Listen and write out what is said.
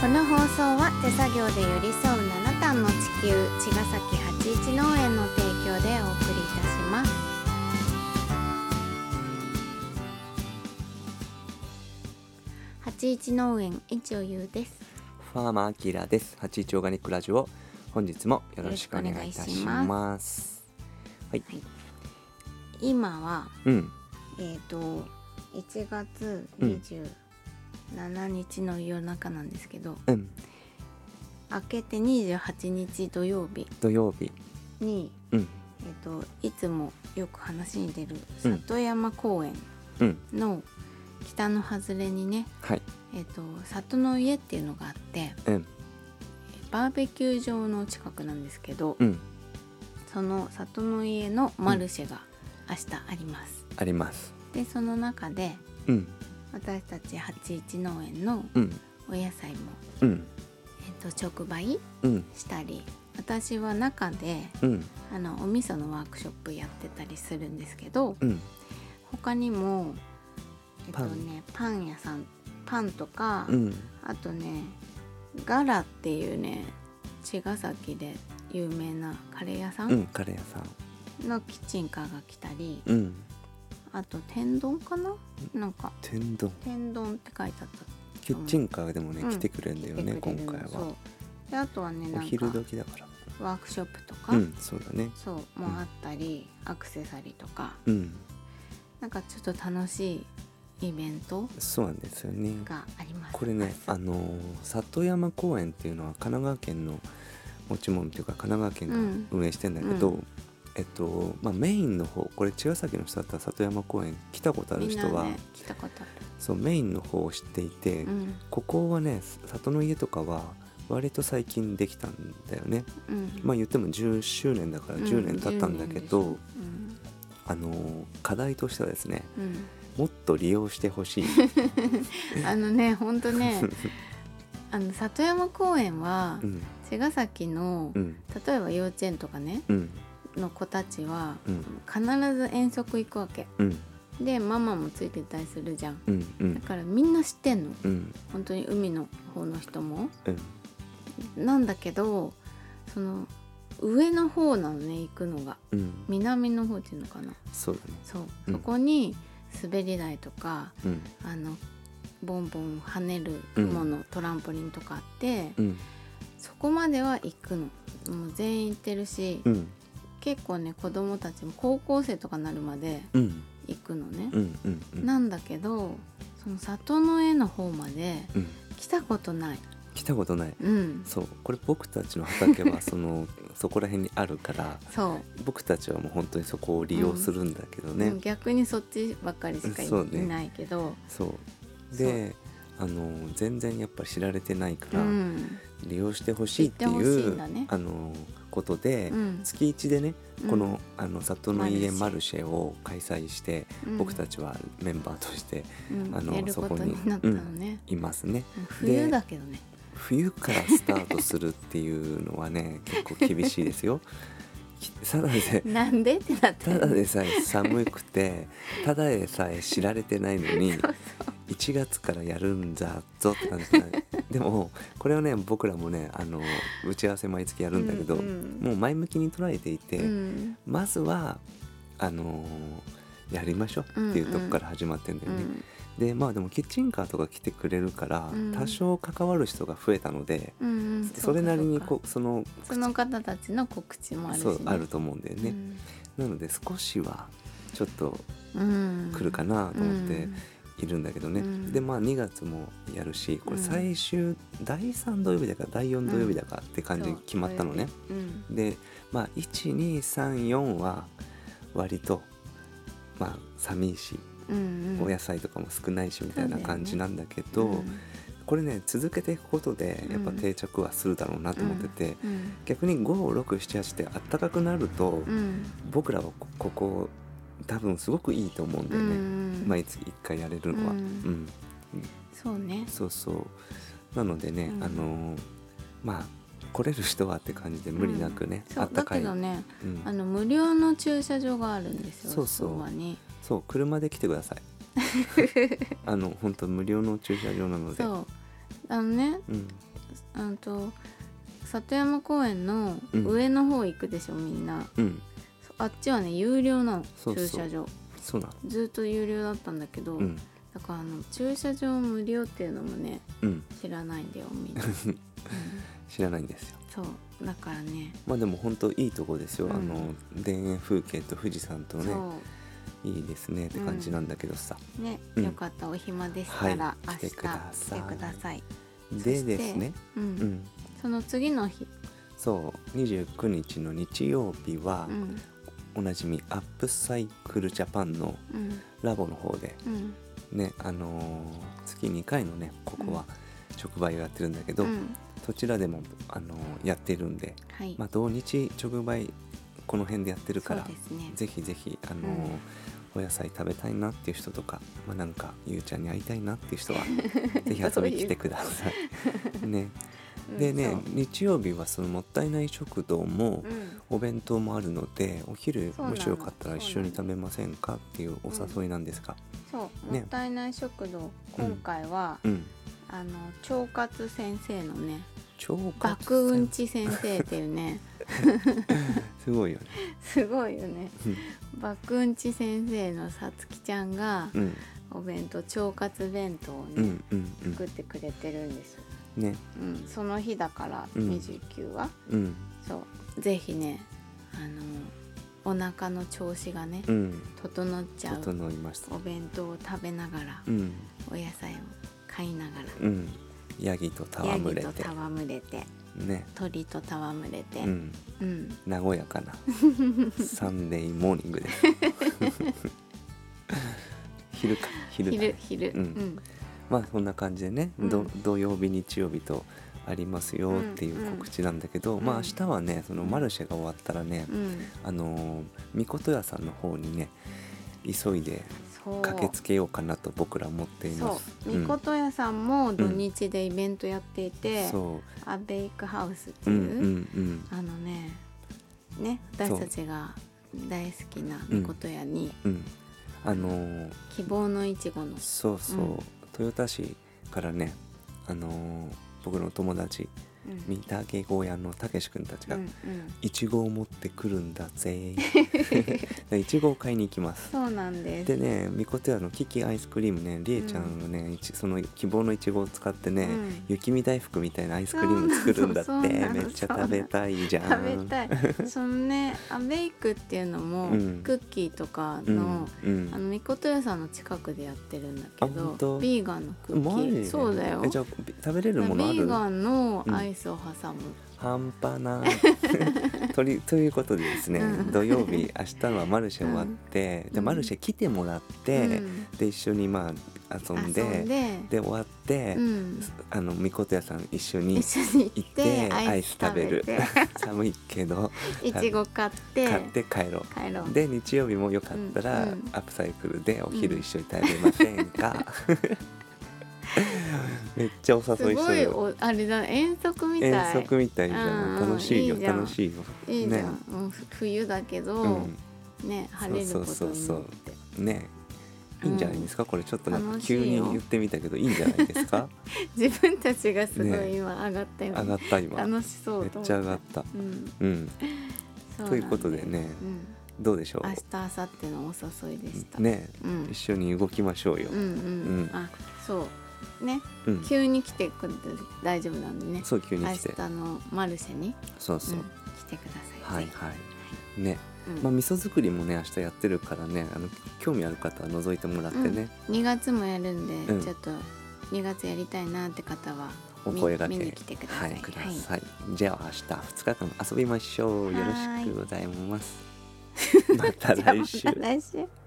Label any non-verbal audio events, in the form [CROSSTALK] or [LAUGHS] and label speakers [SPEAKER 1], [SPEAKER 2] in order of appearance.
[SPEAKER 1] この放送は手作業で寄り添う七段の地球茅ヶ崎八一農園の提供でお送りいたします八一農園一応ゆうです
[SPEAKER 2] ファーマーアキラです。八一オーガニックラジオ。本日もよろしくお願いいた
[SPEAKER 1] よ
[SPEAKER 2] し
[SPEAKER 1] ろしくお
[SPEAKER 2] ます。
[SPEAKER 1] 今は
[SPEAKER 2] うん、
[SPEAKER 1] えっ、と1月27日の夜中なんですけど、
[SPEAKER 2] うん、
[SPEAKER 1] 明けて28日土曜日
[SPEAKER 2] 土曜日。
[SPEAKER 1] に
[SPEAKER 2] うん、
[SPEAKER 1] えっといつもよく話に出る
[SPEAKER 2] うん
[SPEAKER 1] 里山公園
[SPEAKER 2] うん、
[SPEAKER 1] の北の外れにね、
[SPEAKER 2] はい、
[SPEAKER 1] えっと里の家っていうのがあって
[SPEAKER 2] うん、
[SPEAKER 1] バーベキュー場の近くなんですけど、
[SPEAKER 2] うん、
[SPEAKER 1] その里の家のマルシェが明日あります。
[SPEAKER 2] あります。
[SPEAKER 1] でその中で
[SPEAKER 2] うん、
[SPEAKER 1] 私たち八一農園の
[SPEAKER 2] うん、
[SPEAKER 1] お野菜も、
[SPEAKER 2] うん、
[SPEAKER 1] えっと直売
[SPEAKER 2] うん、
[SPEAKER 1] したり私は中で
[SPEAKER 2] うん、
[SPEAKER 1] あのお味噌のワークショップやってたりするんですけど
[SPEAKER 2] うん、
[SPEAKER 1] 他にもえっと
[SPEAKER 2] パン
[SPEAKER 1] ねパン屋さんパンとか、
[SPEAKER 2] うん、
[SPEAKER 1] あとねガラっていうね茅ヶ崎で有名なカレー屋さ
[SPEAKER 2] うんん、カレー屋さん。
[SPEAKER 1] のキッチンカーが来たり、
[SPEAKER 2] うん、
[SPEAKER 1] あと天丼かななんか
[SPEAKER 2] 天丼。
[SPEAKER 1] 天丼って書いてあった
[SPEAKER 2] キッチンカーでもね、
[SPEAKER 1] うん
[SPEAKER 2] 来てくれるんだよね、
[SPEAKER 1] 来て
[SPEAKER 2] 今
[SPEAKER 1] くれるの
[SPEAKER 2] 回
[SPEAKER 1] そ
[SPEAKER 2] は
[SPEAKER 1] う。であとはね
[SPEAKER 2] お
[SPEAKER 1] なん
[SPEAKER 2] 昼
[SPEAKER 1] か
[SPEAKER 2] 時だから。
[SPEAKER 1] ワークショップとか、
[SPEAKER 2] うん、そうだね。
[SPEAKER 1] そうもあったり、アクセサリーとか
[SPEAKER 2] うん、
[SPEAKER 1] なんかちょっと楽しいイベント
[SPEAKER 2] そうなんですよね。
[SPEAKER 1] があります。
[SPEAKER 2] これねあのー里山公園っていうのは神奈川県の持ち物っていうか神奈川県が運営してんだけど、
[SPEAKER 1] うんう
[SPEAKER 2] えっとまあ、メインの方これ茅ヶ崎の人だったら里山公園来たことある
[SPEAKER 1] みんな
[SPEAKER 2] 人は、
[SPEAKER 1] ね来たことあ
[SPEAKER 2] そうメインの方を知っていて、
[SPEAKER 1] る。うん
[SPEAKER 2] ここはね里の家とかは割と最近できたんだよね
[SPEAKER 1] うん。
[SPEAKER 2] まあ言っても10周年だから
[SPEAKER 1] うん
[SPEAKER 2] 10年経ったんだけど、
[SPEAKER 1] 10年でし
[SPEAKER 2] あのー課題としてはですね
[SPEAKER 1] ょうん
[SPEAKER 2] もっと利用してほし
[SPEAKER 1] [LAUGHS]
[SPEAKER 2] い、
[SPEAKER 1] うんあのね本当
[SPEAKER 2] [LAUGHS]
[SPEAKER 1] ねあの里山公園は
[SPEAKER 2] うん
[SPEAKER 1] 茅ヶ崎の
[SPEAKER 2] うん
[SPEAKER 1] 例えば幼稚園とかね
[SPEAKER 2] うん
[SPEAKER 1] の子たちは
[SPEAKER 2] うん
[SPEAKER 1] 必ず遠足行くわけ
[SPEAKER 2] うん
[SPEAKER 1] でママもついてたりするじゃん
[SPEAKER 2] うんう
[SPEAKER 1] だ
[SPEAKER 2] ん
[SPEAKER 1] からみんな知ってんの
[SPEAKER 2] うん
[SPEAKER 1] 本当に海の方の人も
[SPEAKER 2] うん
[SPEAKER 1] なんだけどその上の方なのね行くのが
[SPEAKER 2] うん、
[SPEAKER 1] 南の方っていうのかな
[SPEAKER 2] そうだね。
[SPEAKER 1] そう、
[SPEAKER 2] うん
[SPEAKER 1] そこに滑り台とか
[SPEAKER 2] うん、
[SPEAKER 1] あのボンボン跳ねる雲のトランポリンとかあって、
[SPEAKER 2] うん、
[SPEAKER 1] そこまでは行くのもう全員行ってるし、
[SPEAKER 2] うん、
[SPEAKER 1] 結構ね子供たちも高校生とかなるまで
[SPEAKER 2] うん、
[SPEAKER 1] 行くのね
[SPEAKER 2] う、ん、うん、うん、
[SPEAKER 1] なんだけどその里の絵の方まで
[SPEAKER 2] うん、
[SPEAKER 1] 来たことない、
[SPEAKER 2] 来たことない。
[SPEAKER 1] うん、
[SPEAKER 2] そう、これ僕たちの畑はそのそこら辺にあるから、
[SPEAKER 1] そう、
[SPEAKER 2] 僕たちはもう本当にそこを利用するんだけどね。
[SPEAKER 1] もう逆にそっちばっかりしかい,、
[SPEAKER 2] そうね
[SPEAKER 1] ないけど、
[SPEAKER 2] そう。で、あの全然やっぱ知られてないか
[SPEAKER 1] う
[SPEAKER 2] ら、
[SPEAKER 1] ん
[SPEAKER 2] 利用してほしいってい
[SPEAKER 1] 知ってほしい
[SPEAKER 2] うん
[SPEAKER 1] だね
[SPEAKER 2] あのことで、
[SPEAKER 1] うん
[SPEAKER 2] 月一でね、こ
[SPEAKER 1] うん
[SPEAKER 2] のあの里の家
[SPEAKER 1] マ
[SPEAKER 2] マ
[SPEAKER 1] ル
[SPEAKER 2] ルシェを開催して、
[SPEAKER 1] うん
[SPEAKER 2] 僕たちはメンバーとして
[SPEAKER 1] うん
[SPEAKER 2] あの
[SPEAKER 1] やる
[SPEAKER 2] そ
[SPEAKER 1] こ
[SPEAKER 2] ことに
[SPEAKER 1] になったのね、
[SPEAKER 2] いますね。
[SPEAKER 1] 冬だけどね
[SPEAKER 2] 冬からスタートするっていうのはね [LAUGHS] 結構厳しいですよ。きただで
[SPEAKER 1] [LAUGHS]
[SPEAKER 2] さえ
[SPEAKER 1] なんでってなった
[SPEAKER 2] た
[SPEAKER 1] よ
[SPEAKER 2] だ
[SPEAKER 1] ね
[SPEAKER 2] でさえ寒くてただでさえ知られてないの
[SPEAKER 1] [LAUGHS]
[SPEAKER 2] に1月からやるんだぞって感じだねでもこれをね僕らもねあの打ち合わせ毎月やるんだけど、
[SPEAKER 1] うんうん
[SPEAKER 2] もう前向きに捉えていて、
[SPEAKER 1] うん
[SPEAKER 2] まずはあのやりましょうっていうとこから始まってんだ
[SPEAKER 1] う
[SPEAKER 2] よね。
[SPEAKER 1] ん
[SPEAKER 2] でまあでもキッチンカーとか来てくれるから、
[SPEAKER 1] うん
[SPEAKER 2] 多少関わる人が増えたので。
[SPEAKER 1] うんうん
[SPEAKER 2] それなりにこ
[SPEAKER 1] うか
[SPEAKER 2] うその
[SPEAKER 1] そうかその方たちの告知もあるし、
[SPEAKER 2] そ
[SPEAKER 1] ね、
[SPEAKER 2] うあると思うんだよね、なので少しはちょっと
[SPEAKER 1] うん、
[SPEAKER 2] 来るかなと思って
[SPEAKER 1] うん
[SPEAKER 2] いるんだけどね、
[SPEAKER 1] うん
[SPEAKER 2] でまあ2月もやるしこれ
[SPEAKER 1] うん
[SPEAKER 2] 最終、第3土曜日だか第4土曜日だかって感じに決まったのね、、
[SPEAKER 1] そううん
[SPEAKER 2] でまあ1234は割とまあ寂しい、
[SPEAKER 1] うんうん、
[SPEAKER 2] お野菜とかも少ないしみたいな感じなんだけど、
[SPEAKER 1] うん
[SPEAKER 2] これね続けていくことでやっぱ定着はするだろうなと思ってて、
[SPEAKER 1] うん
[SPEAKER 2] 逆に5678ってあったかくなると、
[SPEAKER 1] うん
[SPEAKER 2] 僕らはこここ多分すごくいいと思うんだよ
[SPEAKER 1] う
[SPEAKER 2] ね、
[SPEAKER 1] ん
[SPEAKER 2] 毎月1回やれるのは、
[SPEAKER 1] う
[SPEAKER 2] うんん
[SPEAKER 1] そうね
[SPEAKER 2] そうそうなのでね、
[SPEAKER 1] うん
[SPEAKER 2] あのーまあ来れる人はって感じで無理なくね、
[SPEAKER 1] そ
[SPEAKER 2] あ
[SPEAKER 1] う
[SPEAKER 2] った
[SPEAKER 1] だ
[SPEAKER 2] か
[SPEAKER 1] け
[SPEAKER 2] い、
[SPEAKER 1] どね
[SPEAKER 2] うん
[SPEAKER 1] あの無料の駐車場があるんですよ
[SPEAKER 2] そうそう
[SPEAKER 1] そばに
[SPEAKER 2] そう車で来てく
[SPEAKER 1] [LAUGHS]
[SPEAKER 2] ださいあの本当無料の駐車場なので
[SPEAKER 1] そうあのね
[SPEAKER 2] うん
[SPEAKER 1] うんと里山公園の上の方行くでしょ、みんな
[SPEAKER 2] うん
[SPEAKER 1] そあっちはね有料なの
[SPEAKER 2] そうそう
[SPEAKER 1] 駐車場
[SPEAKER 2] そうなの
[SPEAKER 1] ずっと有料だったんだけど、
[SPEAKER 2] うん
[SPEAKER 1] だからあの駐車場無料っていうのもね
[SPEAKER 2] うん
[SPEAKER 1] 知らないんだよみ
[SPEAKER 2] [LAUGHS]
[SPEAKER 1] んな、うん
[SPEAKER 2] 知らないんですよ
[SPEAKER 1] そうだからね
[SPEAKER 2] まあでも本当いいとこですよ、
[SPEAKER 1] うん
[SPEAKER 2] あの田園風景と富士山とね
[SPEAKER 1] そ
[SPEAKER 2] いいですねって感じなんだけどさ、
[SPEAKER 1] うね、
[SPEAKER 2] うん
[SPEAKER 1] よかったお暇でしたら、
[SPEAKER 2] はい
[SPEAKER 1] 明日
[SPEAKER 2] 来てください
[SPEAKER 1] 来てください、
[SPEAKER 2] でですね
[SPEAKER 1] うん
[SPEAKER 2] うん
[SPEAKER 1] その次の日、
[SPEAKER 2] そう29日の日曜日は、
[SPEAKER 1] うん
[SPEAKER 2] おなじみアップサイクルジャパンの
[SPEAKER 1] うん
[SPEAKER 2] ラボの方で
[SPEAKER 1] うん
[SPEAKER 2] ねあのー月2回のねここは直売をやってるんだけど、
[SPEAKER 1] うん
[SPEAKER 2] そちらでも、あのーやってるんで、
[SPEAKER 1] はい、
[SPEAKER 2] まあ、土日直売この辺でやってるか
[SPEAKER 1] そう
[SPEAKER 2] ら
[SPEAKER 1] ですね
[SPEAKER 2] ぜひぜひ、あのー
[SPEAKER 1] うん
[SPEAKER 2] お野菜食べたいなっていう人とか、まあ、なんかゆうちゃんに会いたいなっていう人
[SPEAKER 1] [LAUGHS]
[SPEAKER 2] はぜひ遊びに来てください。ね、でね、
[SPEAKER 1] うん
[SPEAKER 2] 日曜日はそのもったいない食堂も、
[SPEAKER 1] そううん
[SPEAKER 2] お弁当もあるのでお昼
[SPEAKER 1] そうなの
[SPEAKER 2] もしよかったら一緒に
[SPEAKER 1] そ
[SPEAKER 2] 食
[SPEAKER 1] う
[SPEAKER 2] べませんかっていうお誘いなんですが、
[SPEAKER 1] そう、
[SPEAKER 2] ね
[SPEAKER 1] もったいない食堂今回は、
[SPEAKER 2] うん、
[SPEAKER 1] あの腸活先生のね
[SPEAKER 2] 超活
[SPEAKER 1] 爆うんち先生っていうね
[SPEAKER 2] すごいよね。
[SPEAKER 1] すごいよね
[SPEAKER 2] うん
[SPEAKER 1] 爆うんち先生のさつきちゃんが
[SPEAKER 2] うん
[SPEAKER 1] お弁当腸活弁当を
[SPEAKER 2] う
[SPEAKER 1] ね、
[SPEAKER 2] んうん
[SPEAKER 1] 作ってくれてるんです、
[SPEAKER 2] うんね
[SPEAKER 1] うん、その日だから
[SPEAKER 2] うん
[SPEAKER 1] 29は、
[SPEAKER 2] うん
[SPEAKER 1] そうぜひねあのお腹の調子がね、
[SPEAKER 2] うん
[SPEAKER 1] 整っちゃう
[SPEAKER 2] 整いました
[SPEAKER 1] お。弁当を食べながら、
[SPEAKER 2] うん
[SPEAKER 1] お野菜を買いながら
[SPEAKER 2] うんヤギと
[SPEAKER 1] ヤギ
[SPEAKER 2] 戯れ
[SPEAKER 1] と
[SPEAKER 2] て
[SPEAKER 1] 戯れて
[SPEAKER 2] ね
[SPEAKER 1] 鳥と戯れて、
[SPEAKER 2] うん
[SPEAKER 1] うん
[SPEAKER 2] 和や
[SPEAKER 1] [LAUGHS]
[SPEAKER 2] かなサンデーモーニングです [LAUGHS] 昼か昼だね
[SPEAKER 1] 昼昼、
[SPEAKER 2] うんまあそんな感じでね、ど
[SPEAKER 1] うん
[SPEAKER 2] 土曜日日曜日とありますよっていう告知なんだけど、
[SPEAKER 1] うん
[SPEAKER 2] まあ明日はねそのマルシェが終わったらね、
[SPEAKER 1] うん、うん、
[SPEAKER 2] あのーみことやさんの方にね急いで
[SPEAKER 1] そう
[SPEAKER 2] 駆けつけようかなと僕ら思っていま
[SPEAKER 1] そ
[SPEAKER 2] す。
[SPEAKER 1] う、みことやさんも土日でイベントやっていて、
[SPEAKER 2] そ
[SPEAKER 1] アベイクハウスって
[SPEAKER 2] う、う
[SPEAKER 1] い
[SPEAKER 2] ん
[SPEAKER 1] う、
[SPEAKER 2] うん
[SPEAKER 1] あのねね私たちが大好きなみことやに、
[SPEAKER 2] うんうん、あのー
[SPEAKER 1] 希望のいちごの
[SPEAKER 2] そうそう、
[SPEAKER 1] うん
[SPEAKER 2] 豊田市からねあのー僕の友達
[SPEAKER 1] うん
[SPEAKER 2] 三竹ゴーヤンのたけし君たち
[SPEAKER 1] う
[SPEAKER 2] が
[SPEAKER 1] んうん
[SPEAKER 2] いちごを持ってくるんだぜ
[SPEAKER 1] [LAUGHS]
[SPEAKER 2] いちごを買いに行きます
[SPEAKER 1] そうなんです
[SPEAKER 2] でねみことやのキキアイスクリームねりえちゃんがね、いちその希望のいちごを使ってね、
[SPEAKER 1] うん
[SPEAKER 2] 雪見大福みたいなアイスクリーム作るんだっ
[SPEAKER 1] [LAUGHS]
[SPEAKER 2] て
[SPEAKER 1] そうなのそうなの
[SPEAKER 2] めっちゃ食べたいじゃん
[SPEAKER 1] 食べたい
[SPEAKER 2] [LAUGHS]
[SPEAKER 1] そのねアベイクっていうのも、
[SPEAKER 2] うん
[SPEAKER 1] クッキーとか
[SPEAKER 2] うん
[SPEAKER 1] の、
[SPEAKER 2] うん
[SPEAKER 1] あのみことやさんの近くでやってるんだけ
[SPEAKER 2] あ本
[SPEAKER 1] ど
[SPEAKER 2] 当
[SPEAKER 1] ビーガンのク
[SPEAKER 2] マ
[SPEAKER 1] ッキー
[SPEAKER 2] ジ
[SPEAKER 1] そうだよ
[SPEAKER 2] えじゃあび食べれるものあ
[SPEAKER 1] ビーガ
[SPEAKER 2] る
[SPEAKER 1] ンのアイスを挟む、
[SPEAKER 2] 半端ない
[SPEAKER 1] [LAUGHS]
[SPEAKER 2] とりということでですね、
[SPEAKER 1] うん
[SPEAKER 2] 土曜日明日はマルシェ終わって、
[SPEAKER 1] ん
[SPEAKER 2] でマルシェ来てもらっ
[SPEAKER 1] う
[SPEAKER 2] て、
[SPEAKER 1] ん
[SPEAKER 2] で一緒にまあ遊んで
[SPEAKER 1] 遊んで
[SPEAKER 2] で終わって、
[SPEAKER 1] うん、
[SPEAKER 2] あのみことやさん一緒に
[SPEAKER 1] 一緒に行
[SPEAKER 2] 行っ
[SPEAKER 1] ってて
[SPEAKER 2] ア
[SPEAKER 1] ア
[SPEAKER 2] イ
[SPEAKER 1] イ
[SPEAKER 2] ス
[SPEAKER 1] ス
[SPEAKER 2] [LAUGHS] 食
[SPEAKER 1] 食
[SPEAKER 2] べ
[SPEAKER 1] べ
[SPEAKER 2] る
[SPEAKER 1] て
[SPEAKER 2] 寒いけど
[SPEAKER 1] いちご買って
[SPEAKER 2] 買って帰ろ
[SPEAKER 1] 帰ろ
[SPEAKER 2] う
[SPEAKER 1] う
[SPEAKER 2] で日曜日もよかったら、
[SPEAKER 1] うんうん
[SPEAKER 2] アップサイクルでお昼一緒に食べません
[SPEAKER 1] [LAUGHS]
[SPEAKER 2] か、 [LAUGHS] めっちゃお
[SPEAKER 1] す
[SPEAKER 2] 誘いし
[SPEAKER 1] ご
[SPEAKER 2] て
[SPEAKER 1] い
[SPEAKER 2] る
[SPEAKER 1] おあれだ遠足みたい
[SPEAKER 2] 遠足みたいじゃん、
[SPEAKER 1] うん
[SPEAKER 2] 楽しいよ
[SPEAKER 1] いいじゃん
[SPEAKER 2] 楽しいよ
[SPEAKER 1] いいじゃん、もうふ冬だけど、
[SPEAKER 2] うん
[SPEAKER 1] ね晴れることになって
[SPEAKER 2] そうそうそうねいいんじゃないですか、これちょっとなんか
[SPEAKER 1] 楽しい
[SPEAKER 2] 急
[SPEAKER 1] よ
[SPEAKER 2] に言ってみたけどいいんじゃないで
[SPEAKER 1] [LAUGHS]
[SPEAKER 2] すか
[SPEAKER 1] [LAUGHS] 自分たちがすご
[SPEAKER 2] ね
[SPEAKER 1] い今上がったよ、
[SPEAKER 2] 上がった今めっ
[SPEAKER 1] 楽しそうと思
[SPEAKER 2] ちゃ上がった
[SPEAKER 1] うん
[SPEAKER 2] うん
[SPEAKER 1] そうなんだよ
[SPEAKER 2] ということでね
[SPEAKER 1] うん、
[SPEAKER 2] どうでしょ
[SPEAKER 1] 明日明後日のお誘いでした
[SPEAKER 2] うね
[SPEAKER 1] うん
[SPEAKER 2] 一緒に動きましょうよ
[SPEAKER 1] うんうん、
[SPEAKER 2] うん
[SPEAKER 1] あそうね
[SPEAKER 2] うん
[SPEAKER 1] 急に来てくれて大丈夫なんでね
[SPEAKER 2] そう急に
[SPEAKER 1] 明
[SPEAKER 2] 来
[SPEAKER 1] 日
[SPEAKER 2] て
[SPEAKER 1] のマルシェに、
[SPEAKER 2] そう
[SPEAKER 1] う
[SPEAKER 2] そ
[SPEAKER 1] ん、
[SPEAKER 2] う
[SPEAKER 1] 来てくださ、
[SPEAKER 2] はいい
[SPEAKER 1] ぜ
[SPEAKER 2] はいね
[SPEAKER 1] ひうん
[SPEAKER 2] まあ味噌作りもね明日やってるからねあの興味ある方は覗いてもらってね
[SPEAKER 1] 2月もやるんで、
[SPEAKER 2] うん
[SPEAKER 1] ちょっと2月やりたいなって方は
[SPEAKER 2] お声がけ
[SPEAKER 1] 見見に来てくださ、
[SPEAKER 2] はいいくださいじゃあ明日2日間
[SPEAKER 1] [LAUGHS]
[SPEAKER 2] 遊びましょうよろしくございますまた
[SPEAKER 1] じゃあま
[SPEAKER 2] 来週
[SPEAKER 1] [LAUGHS] た来週